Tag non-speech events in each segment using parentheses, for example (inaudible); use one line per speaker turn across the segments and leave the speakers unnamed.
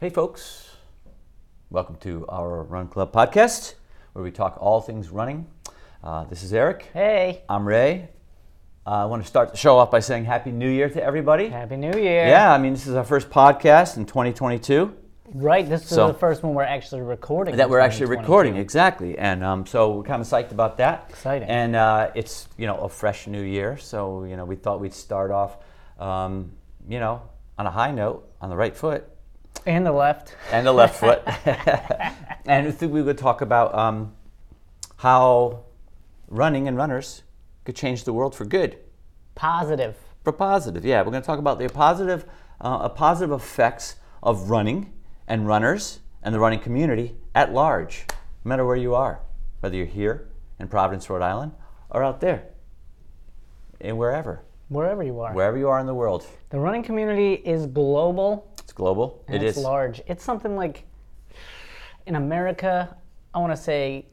Hey, folks. Welcome to our Run Club podcast, where we talk all things running. Uh, this is Eric.
Hey,
I'm Ray. Uh, I want to start the show off by saying Happy New Year to everybody.
Happy New Year.
Yeah, I mean, this is our first podcast in 2022
Right, this
So-
is the first one we're actually recording.
that
in
we're actually
2022.
recording, exactly. And um, so we're kind of psyched about that.
Exciting.
And uh, it's, you know, a fresh new year. So, you know, we thought we'd start off, um, you know, on a high note, on the right foot.
And the left.
and the left foot. (laughs) and I think we would talk about um, how running and runners could change the world for good,
Positive.
for positive. Yeah, we're going to talk about the positive, uh, uh, positive effects of running and runners and the running community at large, no matter where you are, whether you're here in Providence, Rhode Island, or out there, and wherever,
Wherever you are.
wherever you are in the world.
the running community is global
It's global.
and
it
it's
is. (laughs)
large. It's something like in America, I want to say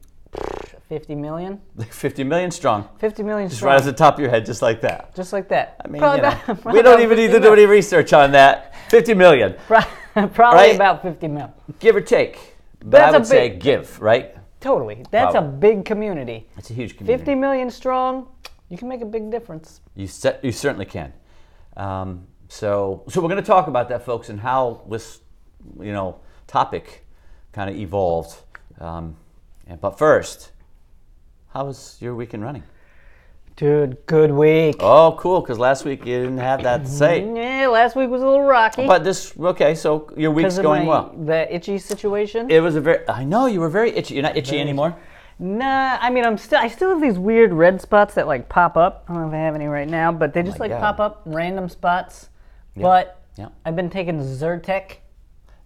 50 million.
50 million strong.
50 million
Just
strong.
right off the top of your head, just like that.
Just like that.
I mean, you know,
(laughs)
we don't even need to do any research on that. 50 million,
Probably
Right?
about 50 mil.
give or take. But
That's
I
a
would say
big-
give, right?
Totally. That's a
Probably.
big community.
It's a huge community.
50 million strong, you can make a big difference.
You, se- you certainly can. Um, so, so we're going to talk about that, folks, and how this, you know, topic kind of evolved. Um, and, but first, how was your weekend running?
Dude, good week.
Oh, cool, because last week you didn't have that
Mm-hmm.
to say.
Yeah, last week was a little rocky.
But this, okay, so your week's
'cause of
going
my-
well.
The itchy situation.
It was a very, I know, you were very itchy. You're not itchy anymore?
nah, I mean, I'm still. I still have these weird red spots that like pop up. I don't know if I have any right now, but they just
my
like
God.
pop up random spots. But
Yeah.
I've been taking Zyrtec,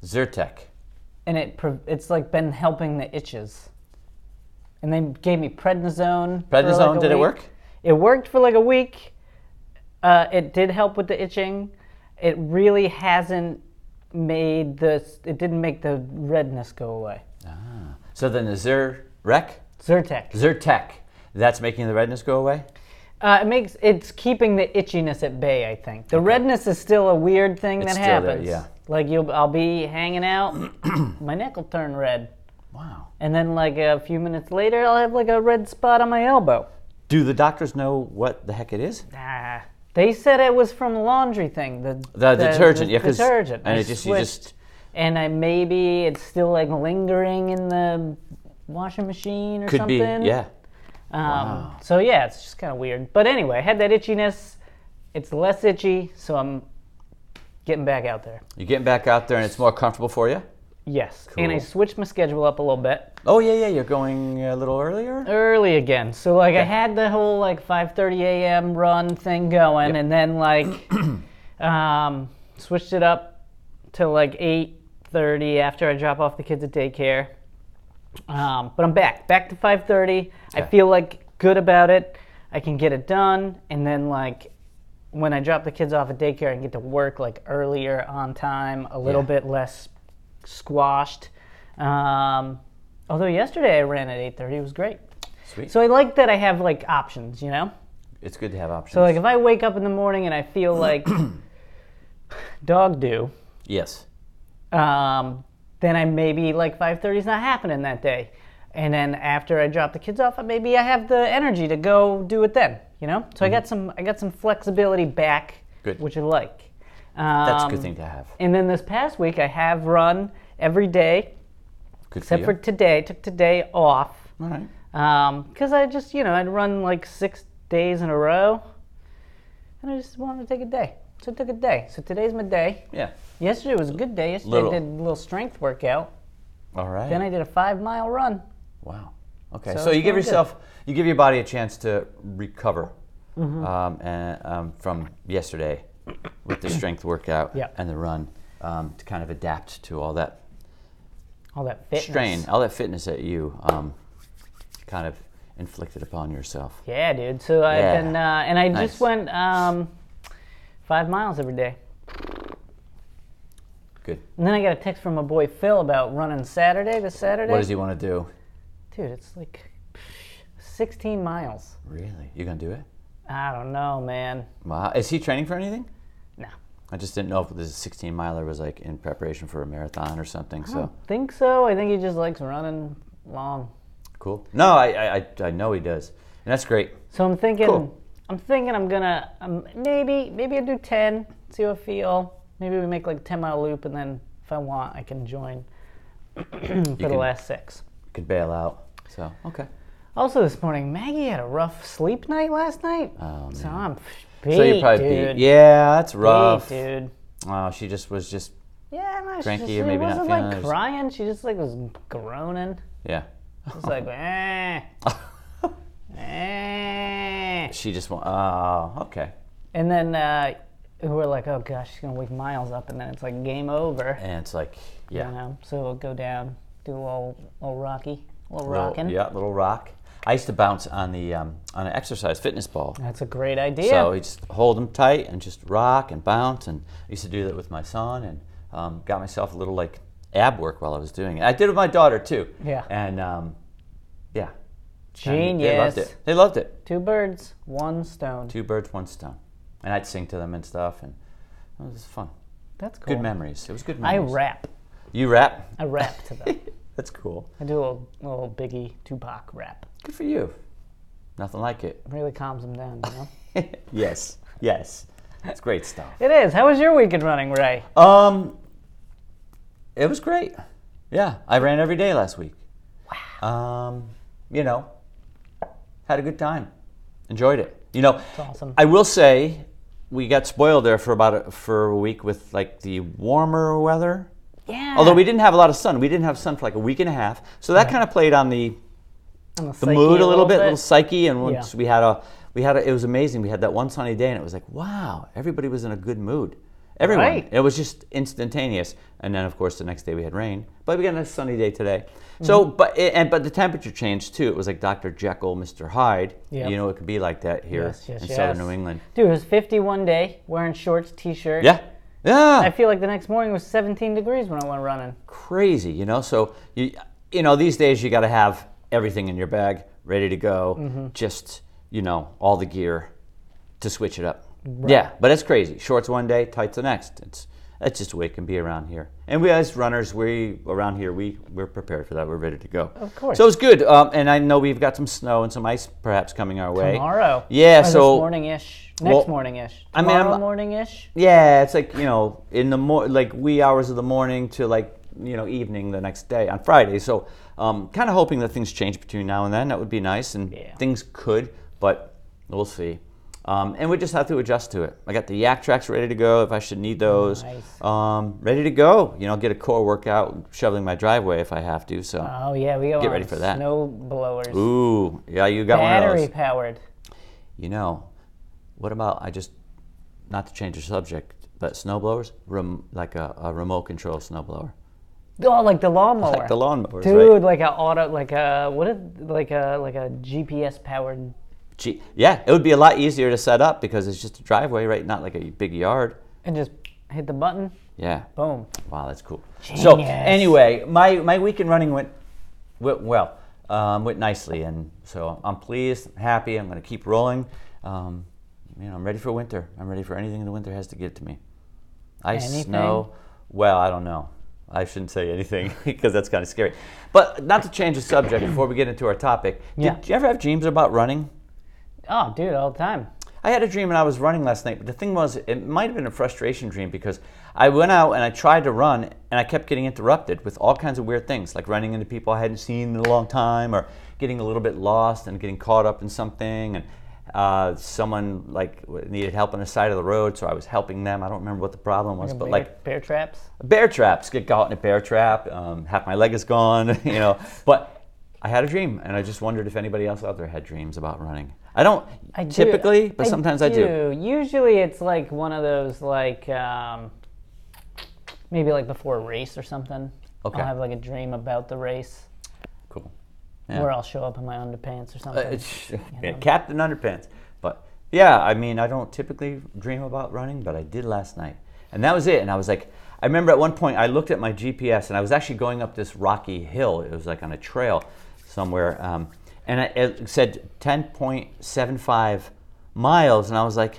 Zyrtec.
and it pre- it's like been helping the itches. And they gave me prednisone. for, like,
Prednisone,
a
did it
week.
work?
It worked for like a week. Uh, it did help with the itching. It really hasn't made the. It didn't make the redness go away.
So then the Zyrtec,
Zyrtec.
Zyrtec, that's making the redness go away?
Uh, it makes it's keeping the itchiness at bay. I think the redness is still a weird thing
It's
that
still there,
happens.
yeah.
Like you'll, I'll be
(clears throat)
hanging out, my neck will turn red,
Wow.
and then like a few minutes later, I'll have like a red spot on my elbow.
Do the doctors know what the heck it is?
Ah. They said it was from the laundry thing. The,
The detergent, yeah, 'cause-
detergent.
and
I
it just- you
switched,
just-
and I maybe it's still like lingering in the washing machine or
Could
something.
be, yeah.
Um, So yeah, it's just kind of weird. But anyway, I had that itchiness. It's less itchy, so I'm getting back out there.
You're getting back out there and it's more comfortable for you?
Yes, and I
Cool.
switched my schedule up a little bit
Oh, yeah, yeah, you're going a little earlier?
early again. So like I had the whole like 5:30 a.m. run thing going, and then like um, switched it up to like 8:30 after I drop off the kids at daycare. Um, but I'm back, back to 5:30. I
Okay.
feel like good about it. I can get it done, and then like when I drop the kids off at daycare, I can get to work like earlier on time, a little
Yeah.
bit less squashed. Um, although yesterday I ran at 8:30, it was great.
Sweet.
So I like that I have like options, you know.
it's good to have options.
So like if I wake up in the morning and I
(clears throat)
feel like dog do,
yes.
um, then I maybe like 5:30 is not happening that day, and then after I drop the kids off, uh, maybe I have the energy to go do it then. You know, so I got some I got some flexibility back,
Mm-hmm. Good.
which I like.
That's a
Um,
good thing to have.
And then this past week, I have run every day
Good
except
for
for
you.
today. Took today off
All right.
because Um, I just you know I'd run like six days in a row, and I just wanted to take a day. So I took a day. So today's my day.
Yeah.
Yesterday was a good day. Yesterday
Little.
I did a little strength workout.
All right.
Then I did a five mile run.
Wow. Okay. So,
So
you give
it's going good.
yourself, you give your body a chance to recover um, and, um, from yesterday with the strength workout
Yep.
and the run um, to kind of adapt to all that
All that fitness.
strain, all that fitness that you um, kind of inflicted upon yourself.
Yeah, dude. So I've
Yeah.
been uh, and I
Nice.
just went um, five miles every day.
Good.
And then I got a text from my boy Phil about running Saturday. This Saturday.
What does he want to do?
Dude, it's like 16 miles.
Really? You gonna do it?
I don't know, man.
Wow. Is he training for anything?
No.
I just didn't know if this 16 miler was like in preparation for a marathon or something.
I
So
don't think so. I think he just likes running long.
cool. No, I, I, I- I know he does, and that's great.
So I'm thinking,
Cool.
I'm thinking I'm gonna um, maybe maybe I do ten, see how I feel. Maybe we make like ten mile loop, and then if I want, I can join (clears throat) for the
can-
last six.
Could bail out. So okay.
Also, this morning Maggie had a rough sleep night last night,
Oh,
so I'm beat,
so you probably
dude.
beat. Yeah, that's rough.
Beat, dude.
Oh, she just was just
Yeah, no, she
Cranky
just,
or maybe
she
not
wasn't
feeling
like
it, just-
crying. She just like was groaning. (laughs)
yeah.
Just like, eh, eh.
She just went. Oh, okay.
And then uh, we're like, oh gosh, she's gonna wake Miles up, and then it's like game over.
And it's like
You
yeah,
know, so we'll go down, do a little, little rocky, a little
little-
rocking.
yeah, little rock. I used to bounce on the um, on an exercise fitness ball.
That's a great idea.
So you just hold them tight and just rock and bounce. And I used to do that with my son and um, got myself a little like ab work while I was doing it. I did it with my daughter too.
Yeah.
And um, yeah. And
Genius.
They loved it. They loved it.
Two birds, one stone.
Two birds, one stone. And I'd sing to them and stuff. And it was fun.
That's cool.
Good memories. It was good
I
memories.
rap.
You rap? (laughs)
I rap to them.
That's cool.
I do a little, little Biggie Tupac rap.
Good for you. Nothing like it.
It really calms them down, you know?
(laughs) yes. Yes. It's great stuff.
it is. How was your weekend running, Ray?
Um, it was great. Yeah, I ran every day last week. Wow. Um, you know, had a good time, enjoyed it. You know,
awesome.
I will say, we got spoiled there for about a, for a week with like the warmer weather.
Yeah.
Although we didn't have a lot of sun, we didn't have sun for like a week and a half, so that kind of played on the
On the
the mood a little bit, little psyche, and once
Yeah.
we had a, we had a, it was amazing. We had that one sunny day, and it was like, wow, everybody was in a good mood. Everyone,
Right.
it was just instantaneous. And then, of course, the next day we had rain, but we got a nice sunny day today. So,
Mm-hmm.
but it, and but the temperature changed too. It was like Dr. Jekyll, Mr. Hyde.
Yep.
You know, it could be like that here
Yes, yes,
in southern
yes.
New England.
Dude, it was 51 day, wearing shorts, t shirt.
Yeah, yeah.
I feel like the next morning was 17 degrees when I went running.
crazy, you know. So you you know these days you got to have everything in your bag ready to go,
Mm-hmm.
just you know all the gear to switch it up. Yeah, but it's crazy. Shorts one day, tights the next. It's that's just the way it can be around here. And we as runners, we around here we we're prepared for that. We're ready to go. Of
course.
So it's good. Um, and I know we've got some snow and some ice perhaps coming our way
Tomorrow.
Yeah,
Or this
so-
morning ish. Next
Well,
morning ish.
I mean,
Tomorrow
I'm-
morning ish.
Yeah, it's like you know, in the mor- like wee hours of the morning to like you know evening the next day on Friday. So, um, kind of hoping that things change between now and then. That would be nice, and
Yeah.
things could, but we'll see. Um, and we just have to adjust to it. I got the yak tracks ready to go if I should need those.
Nice.
Um, ready to go. You know, get a core workout, shoveling my driveway if I have to. So,
Oh yeah, we go
Get
on
ready for that.
Snow blowers,
ooh, yeah, you got one of
battery
those.
powered.
You know, what about I just not to change the subject, but snowblowers, rem, like a, a remote control snowblower,
Oh, like the lawnmower.
like the lawnmowers,
Dude,
right?
like a auto, like a what, is, like a like a GPS powered.
Gee, yeah, it would be a lot easier to set up because it's just a driveway, right? Not like a big yard.
And just hit the button,
Yeah.
boom.
Wow, that's cool. So
Genius.
anyway, my my weekend running went went well, um, went nicely, and so I'm pleased, I'm happy. I'm going to keep rolling. Um, you know, I'm ready for winter. I'm ready for anything the winter has to give to me. Ice,
Anything?
snow. Well, I don't know. I shouldn't say anything (laughs) because that's kind of scary. But not to change the subject before we get into our topic.
Yeah.
Did you ever have dreams about running?
Oh, dude, all the time.
I had a dream and I was running last night, but the thing was, it might have been a frustration dream because I went out and I tried to run and I kept getting interrupted with all kinds of weird things, like running into people I hadn't seen in a long time, or getting a little bit lost and getting caught up in something, and uh, someone like w- needed help on the side of the road, so I was helping them. I don't remember what the problem was, but
bear,
like
bear traps.
bear traps get caught in a bear trap um, half my leg is gone (laughs) you know but i had a dream and i just wondered if anybody else out there had dreams about running i don't
I do-
typically but sometimes i do
Usually, it's like one of those like um, maybe like before a race or something.
Okay.
I'll have like a dream about the race,
cool
or I'll show up in my underpants or something.
Uh, It's- yeah, captain underpants but yeah i mean i don't typically dream about running but i did last night and that was it and i was like i remember at one point i looked at my gps and i was actually going up this rocky hill it was like on a trail somewhere um, and I, it said 10.75 miles and i was like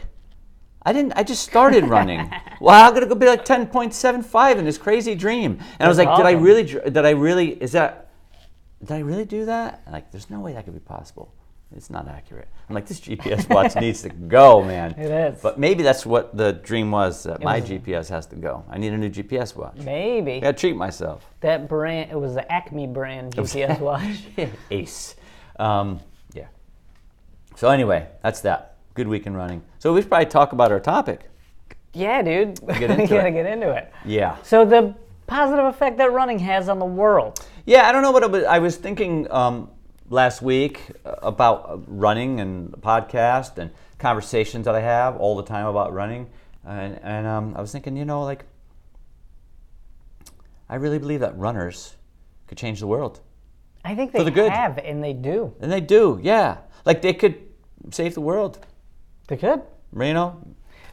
I didn't. I just started running. well, how could it go be like ten point seven five in this crazy dream? And I was like, did I
problem.
really? dr- Did I really? Is that? Did I really do that? And, like, there's no way that could be possible. It's not accurate. I'm like, this GPS watch needs to go, man.
It is.
But maybe that's what the dream was. That my GPS has to go. I need a new GPS watch.
Maybe
I gotta treat myself.
that brand. It was the Acme brand
(laughs)
GPS watch.
Ace. Um, yeah. So anyway, that's that. Good week in running. So we should probably talk about our topic.
yeah, dude.
Get into
(laughs) you gotta
it.
get into it.
Yeah.
So the positive effect that running has on the world.
Yeah, I don't know what it was. I was thinking um, last week uh, about uh, running and the podcast and conversations that I have all the time about running, and, and um, I was thinking, you know, like I really believe that runners could change the world,
I think they
the good.
have, and they do.
and they do. Yeah, like they could save the world.
They could.
You know,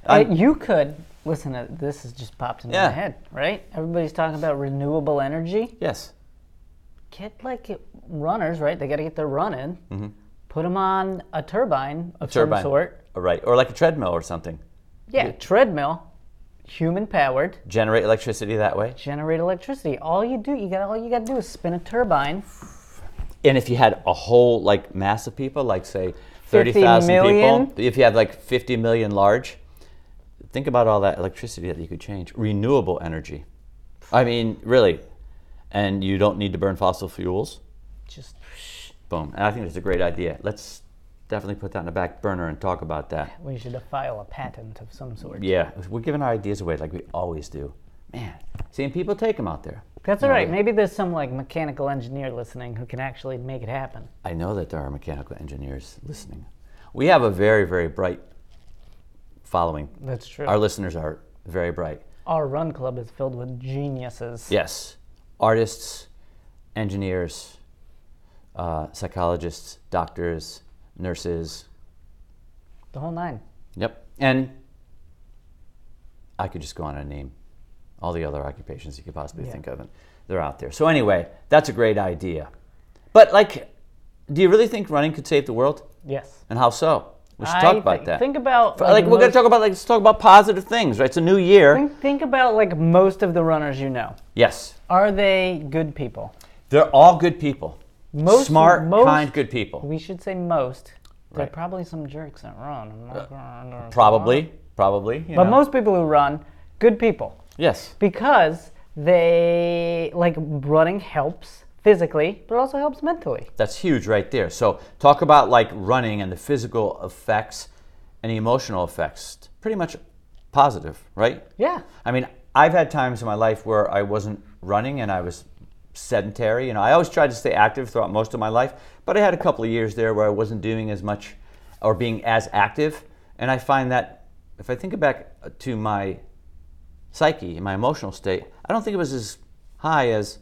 Uh,
I'm-
you could listen. To, this has just popped into
Yeah.
my head. Right? Everybody's talking about renewable energy.
yes.
Get like runners, right? They got to get their run in. Put them on a turbine of
Mm-hmm. Turbine.
some sort.
All right, or like a treadmill or something.
Yeah, treadmill, human powered,
Generate electricity that way.
generate electricity. All you do, you got all you got to do is spin a turbine.
And if you had a whole like mass of people, like say
50
30,000 people,
million?
if you have like 50 million large, think about all that electricity that you could change. Renewable energy. I mean, really. And you don't need to burn fossil fuels.
Just
Boom. And I think that's a great idea. Let's definitely put that in the back burner and talk about that.
we should file a patent of some sort.
Yeah, we're giving our ideas away like we always do. Man, seeing people take them out there.
That's all right.
Yeah.
Maybe there's some like mechanical engineer listening who can actually make it happen.
I know that there are mechanical engineers listening. We have a very, very bright following.
That's true.
Our
Our,
listeners are very bright.
run club is filled with geniuses.
Yes, artists, engineers, uh, psychologists, doctors, nurses.
The whole nine.
Yep. And I could just go on and name all the other occupations you could possibly think of, and they're out there. So, anyway, that's a great idea. But, like, do you really think running could save the world?
Yes.
And how so? We should
I
talk about
think-
that.
Think about
But, like
the
we're gonna
most-
talk about like let's talk about positive things, right? It's a new year.
think, think about like most of the runners you know.
Yes,
Are they good people?
they're all good people,
Most-
smart,
most-
kind, good people.
We should say most. There are
Right. Uh,
probably some jerks that run. I'm not gonna-
Probably, probably. you
But
know.
most people who run, good people,
yes,
because they like running helps physically, but also helps mentally.
that's huge right there. So talk about like running and the physical effects and the emotional effects. It's Pretty much positive, right?
Yeah.
I mean, I've had times in my life where I wasn't running and I was sedentary. You know, I always tried to stay active throughout most of my life, but I had a couple of years there where I wasn't doing as much or being as active. And I find that if I think back to my psyche and my emotional state, I don't think it was as high as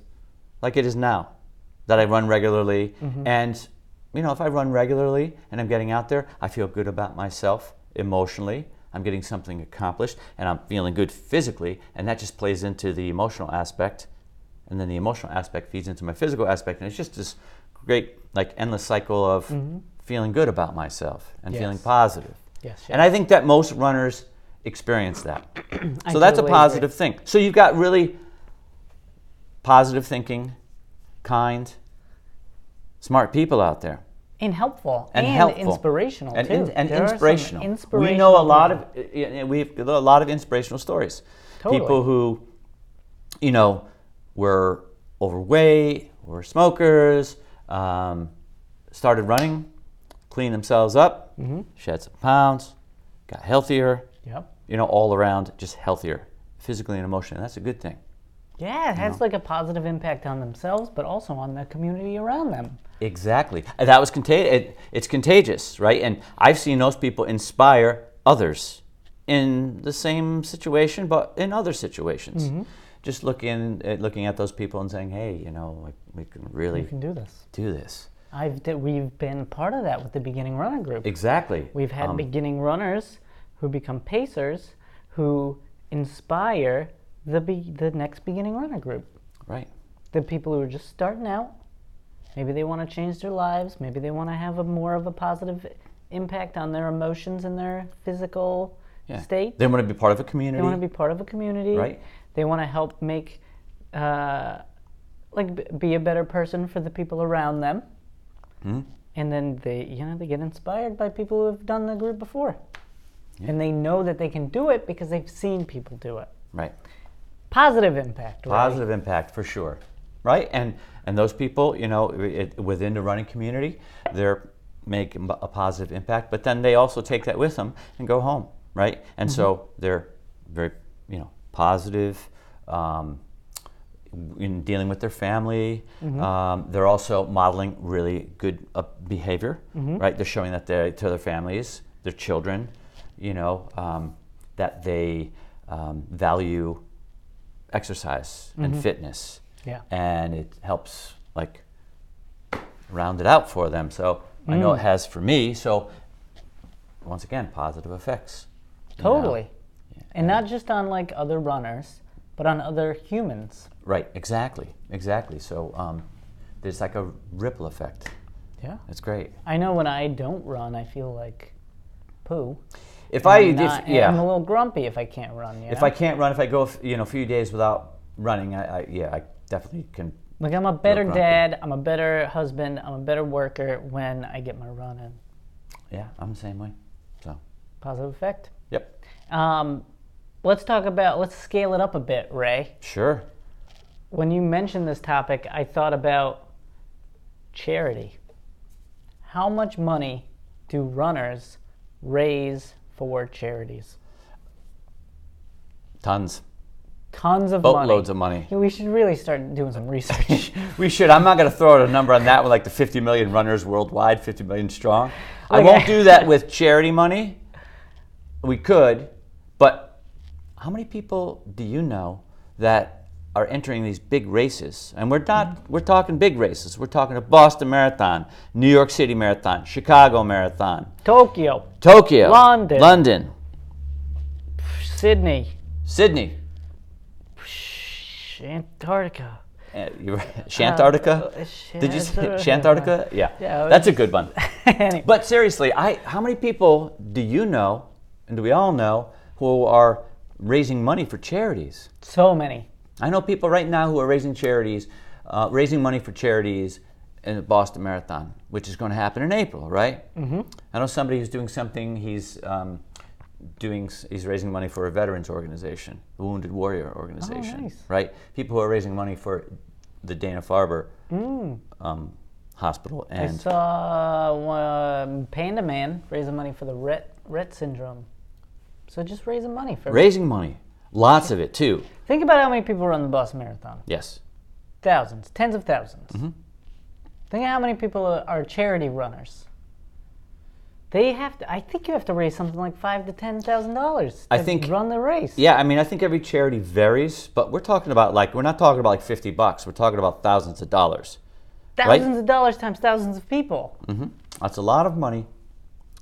like it is now that I run regularly. And, you know, if I run regularly and I'm getting out there, I feel good about myself emotionally. I'm getting something accomplished and I'm feeling good physically. And that just plays into the emotional aspect. And then the emotional aspect feeds into my physical aspect. And it's just this great, like, endless cycle of feeling good about myself and feeling
Yes.
positive.
Yes.
And I think that most runners experience
(clears throat)
that. so that's a
totally agree.
positive thing. So you've got really positive thinking, kind, smart people out there.
and helpful
And helpful.
inspirational
And,
too.
in- and
There are some
inspirational.
inspirational
We know a lot
people.
of y- y- we have a lot of inspirational stories.
Totally.
People who, you know, were overweight, were smokers, um, started running, cleaned themselves up,
Mm-hmm.
shed some pounds, got healthier.
Yep.
You know, all around, just healthier, physically and emotionally. That's a good thing.
Yeah, it has like a positive impact on themselves, but also on the community around them.
Exactly. And That was contagious. It, it's contagious, right? And I've seen those people inspire others in the same situation, but in other situations.
Mm-hmm.
Just looking at, looking at those people and saying, "Hey, you know, like, we can really
You can do this.
do this."
I've d- we've been part of that with the beginning runner group.
Exactly.
We've had beginning runners who become pacers who inspire the be- the next beginning runner group.
right.
The people who are just starting out, maybe they want to change their lives, maybe they want to have a more of a positive impact on their emotions and their physical
Yeah.
state.
They want to be part of a community.
They want to be part of a community.
Right.
They want to help make, uh, like, b- be a better person for the people around them. And then they, you know, they get inspired by people who have done the group before, and they know that they can do it because they've seen people do it.
right.
Positive impact. Right?
Positive impact for sure. Right. And and those people, you know, it, within the running community, they're making a positive impact. But then they also take that with them and go home. Right. And so
Mm-hmm.
they're very, you know, positive. Um, in dealing with their family. Um, they're also modeling really good uh, behavior, right? They're showing that they to their families, their children, you know, um, that they um, value exercise and fitness,
Yeah.
and it helps like round it out for them. So I know it has for me. So once again, positive effects. you know?
Totally. And not just on like other runners, but on other humans.
Right. Exactly. Exactly. So um, there's like a ripple effect.
Yeah.
It's great.
I know when I don't run, I feel like poo.
If I,
I'm not-
if, yeah,
I'm a little grumpy if I can't run. You
if
know?
I can't run, if I go, a f- you know, a few days without running, I, I yeah, I definitely can.
like I'm a better
grumpy.
dad, I'm a better husband, I'm a better worker when I get my run in.
Yeah, I'm the same way. So,
Positive effect.
yep,
Um, let's talk about let's scale it up a bit, Ray.
sure.
When you mentioned this topic, I thought about charity. How much money do runners raise for charities?
Tons,
Tons of money.
boatloads of money.
Yeah, We should really start doing some research. (laughs)
We should. I'm not going to throw out a number on that one, like the 50 million runners worldwide, 50 million strong. I
Okay.
won't do that with charity money. We could, but how many people do you know that are entering these big races? And we're not. We're talking big races. We're talking a Boston Marathon, New York City Marathon, Chicago Marathon,
Tokyo,
Tokyo,
London.
London,
Sydney,
Sydney,
Antarctica.
uh, you- Shantarctica. Did you say Shantarctica? Yeah.
Uh, Yeah,
That's a good one.
(laughs) Anyway,
But seriously, I how many people do you know, and do we all know, who are raising money for charities?
so many.
I know people right now who are raising charities, uh, raising money for charities in the Boston Marathon, which is going to happen in April, right? Mm-hmm. I know somebody who's doing something. He's um, doing. s- He's raising money for a veterans organization, the Wounded Warrior organization,
Oh, nice.
right? People who are raising money for the Dana Farber um, hospital
Mm. I
and
saw um, Panda Man raising money for the Rett, Rett syndrome. So just raising money for.
raising money. Lots of it too.
Think about how many people run the Boston Marathon.
Yes.
Thousands, tens of 1000s
Mm-hmm.
Think how many people are are charity runners. They have to. I think you have to raise something like five to ten thousand dollars.
I think-
run the race.
Yeah, I mean, I think every charity varies, but we're talking about like we're not talking about like fifty bucks. We're talking about thousands of dollars.
thousands of dollars times thousands of people.
That's a lot of money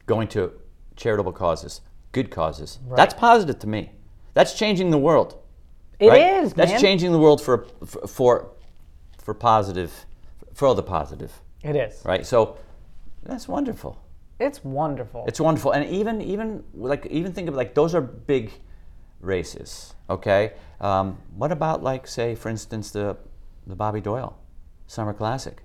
going to charitable causes, good causes. That's positive to me. That's changing the world.
It is,
right? That's
man.
changing the world for for for, for positive, for the positive,
It is.
right? So that's wonderful.
It's wonderful.
It's wonderful, and even even like even think of like those are big races. Okay, um, what about like say for instance the the Bobby Doyle Summer Classic,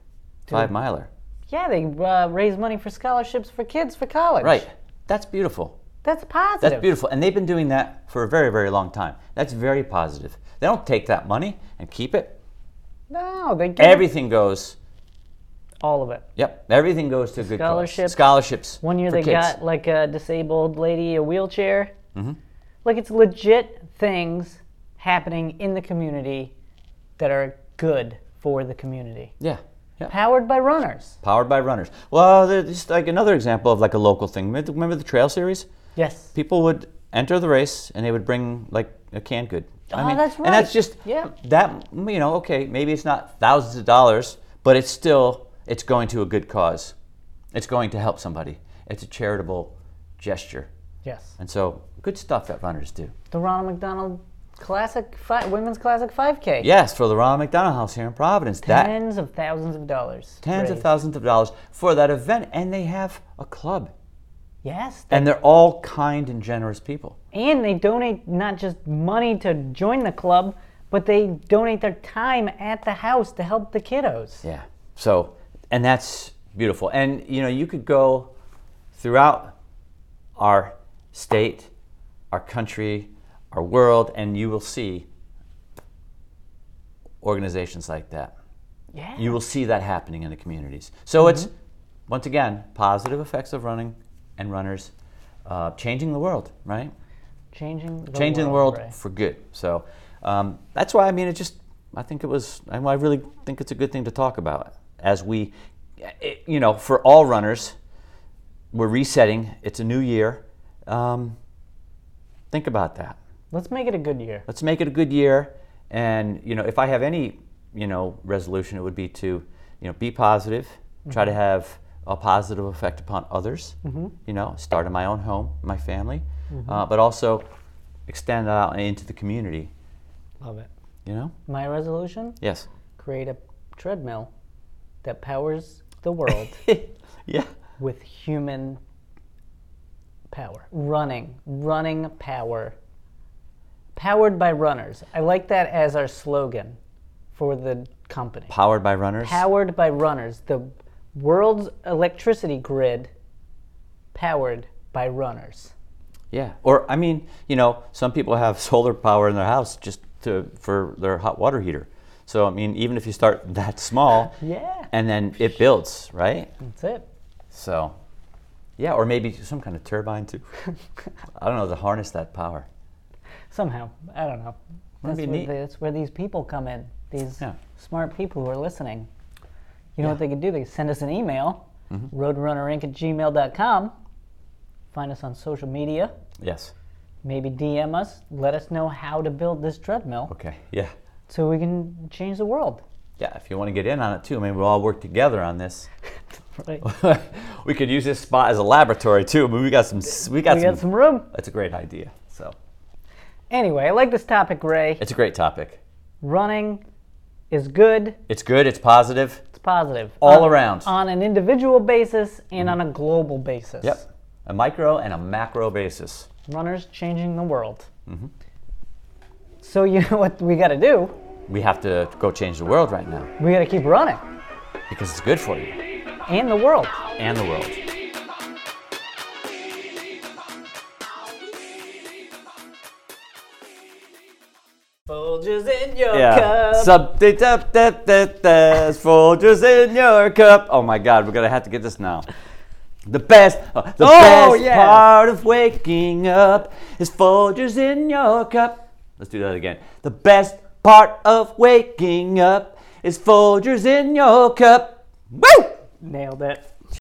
five miler,
yeah, they uh, raise money for scholarships for kids for college.
right? That's beautiful.
That's positive.
That's beautiful, and they've been doing that for a very very long time. That's very positive. They don't take that money and keep it.
No, they get
Everything goes.
all of it.
Yep, everything goes to good cause.
Scholarships.
Scholarships.
One year
for
they
kids. Mm-hmm.
got like a disabled lady a wheelchair. Like it's legit things happening in the community that are good for the community.
yeah. Yeah.
Powered by runners.
Powered by runners. Well, there's just like another example of like a local thing. Remember the- Remember the trail series?
Yes.
People would enter the race and they would bring like a canned good.
Oh, that's
And that's
right.
just
Yeah.
that you know. Okay, maybe it's not thousands of dollars, but it's still it's going to a good cause. It's going to help somebody. It's a charitable gesture,
Yes.
and so good stuff that runners do.
The Ronald McDonald Classic fi- Women's Classic 5K.
Yes, for the Ronald McDonald House here in Providence. that
Tens of thousands of dollars.
tens of
raised.
thousands of dollars for that event, and they have a club,
Yes.
and they're all kind and generous people.
and they donate not just money to join the club, but they donate their time at the house to help the kiddos.
Yeah. So, and that's beautiful. And you know, you could go throughout our state, our country, our world, and you will see organizations like that.
Yeah.
You will see that happening in the communities. So it's once again positive effects of running and runners, uh, changing the world, right?
changing the
Changing
world,
the world
Ray.
for good. So um, that's why I mean it. Just I think it was. I I really think it's a good thing to talk about as we, it, you know, for all runners, we're resetting. It's a new year. Um, think about that.
Let's make it a good year.
Let's make it a good year. And you know, if I have any, you know, resolution, it would be to, you know, be positive. Try to have a positive effect upon others. You know, start in my own home, my family, uh, but also extend that out into the community.
Love it.
You know?
My resolution:
Yes.
create a treadmill that powers the (laughs) world
yeah.
with human power. Running, running power. Powered by runners. I like that as our slogan for the company.
Powered by runners.
Powered by runners. The world's electricity grid powered by runners.
yeah. Or I mean, you know, some people have (laughs) solar power in their house just to for their hot water heater. So I mean, even if you start that small,
Yeah.
and then it builds, right?
That's it.
So, yeah, or maybe some kind of turbine
(laughs)
too. I don't know to harness that power.
Somehow. I don't know. That's
be
where,
neat.
the- that's where these people come in. These
Yeah.
smart people who are listening. You know what they could do? They could send us an email,
Mm-hmm.
roadrunnerinc at gmail.com. Find us on social media.
Yes.
Maybe DM us. Let us know how to build this treadmill
Okay. Yeah.
so we can change the world.
(laughs) Yeah. If you want to get in on it too, maybe we'll all work together on this. (laughs)
Right.
we could use this spot as a laboratory too. But we got some. We got,
we
some,
got some room.
That's a great idea. So
Anyway, I like this topic, Ray.
it's a great topic.
Running is good,
It's good. It's positive.
it's positive.
All
On-
around. Mm-hmm.
On an individual basis and on a global basis.
Yep. A micro and a macro basis.
Runners changing the world. So, you (laughs) know what we got to do?
We have to go change the world right now
We got to keep running
because it's good for you
and the world.
and the world.
Folgers in your
Yeah.
cup.
Something that that that that's Folgers in your cup. Oh my God, we're gonna have to get this now. The best, uh, the
Oh,
best
yeah.
part of waking up is Folgers in your cup. Let's do that again. The best part of waking up is Folgers in your cup. Woo!
Nailed it.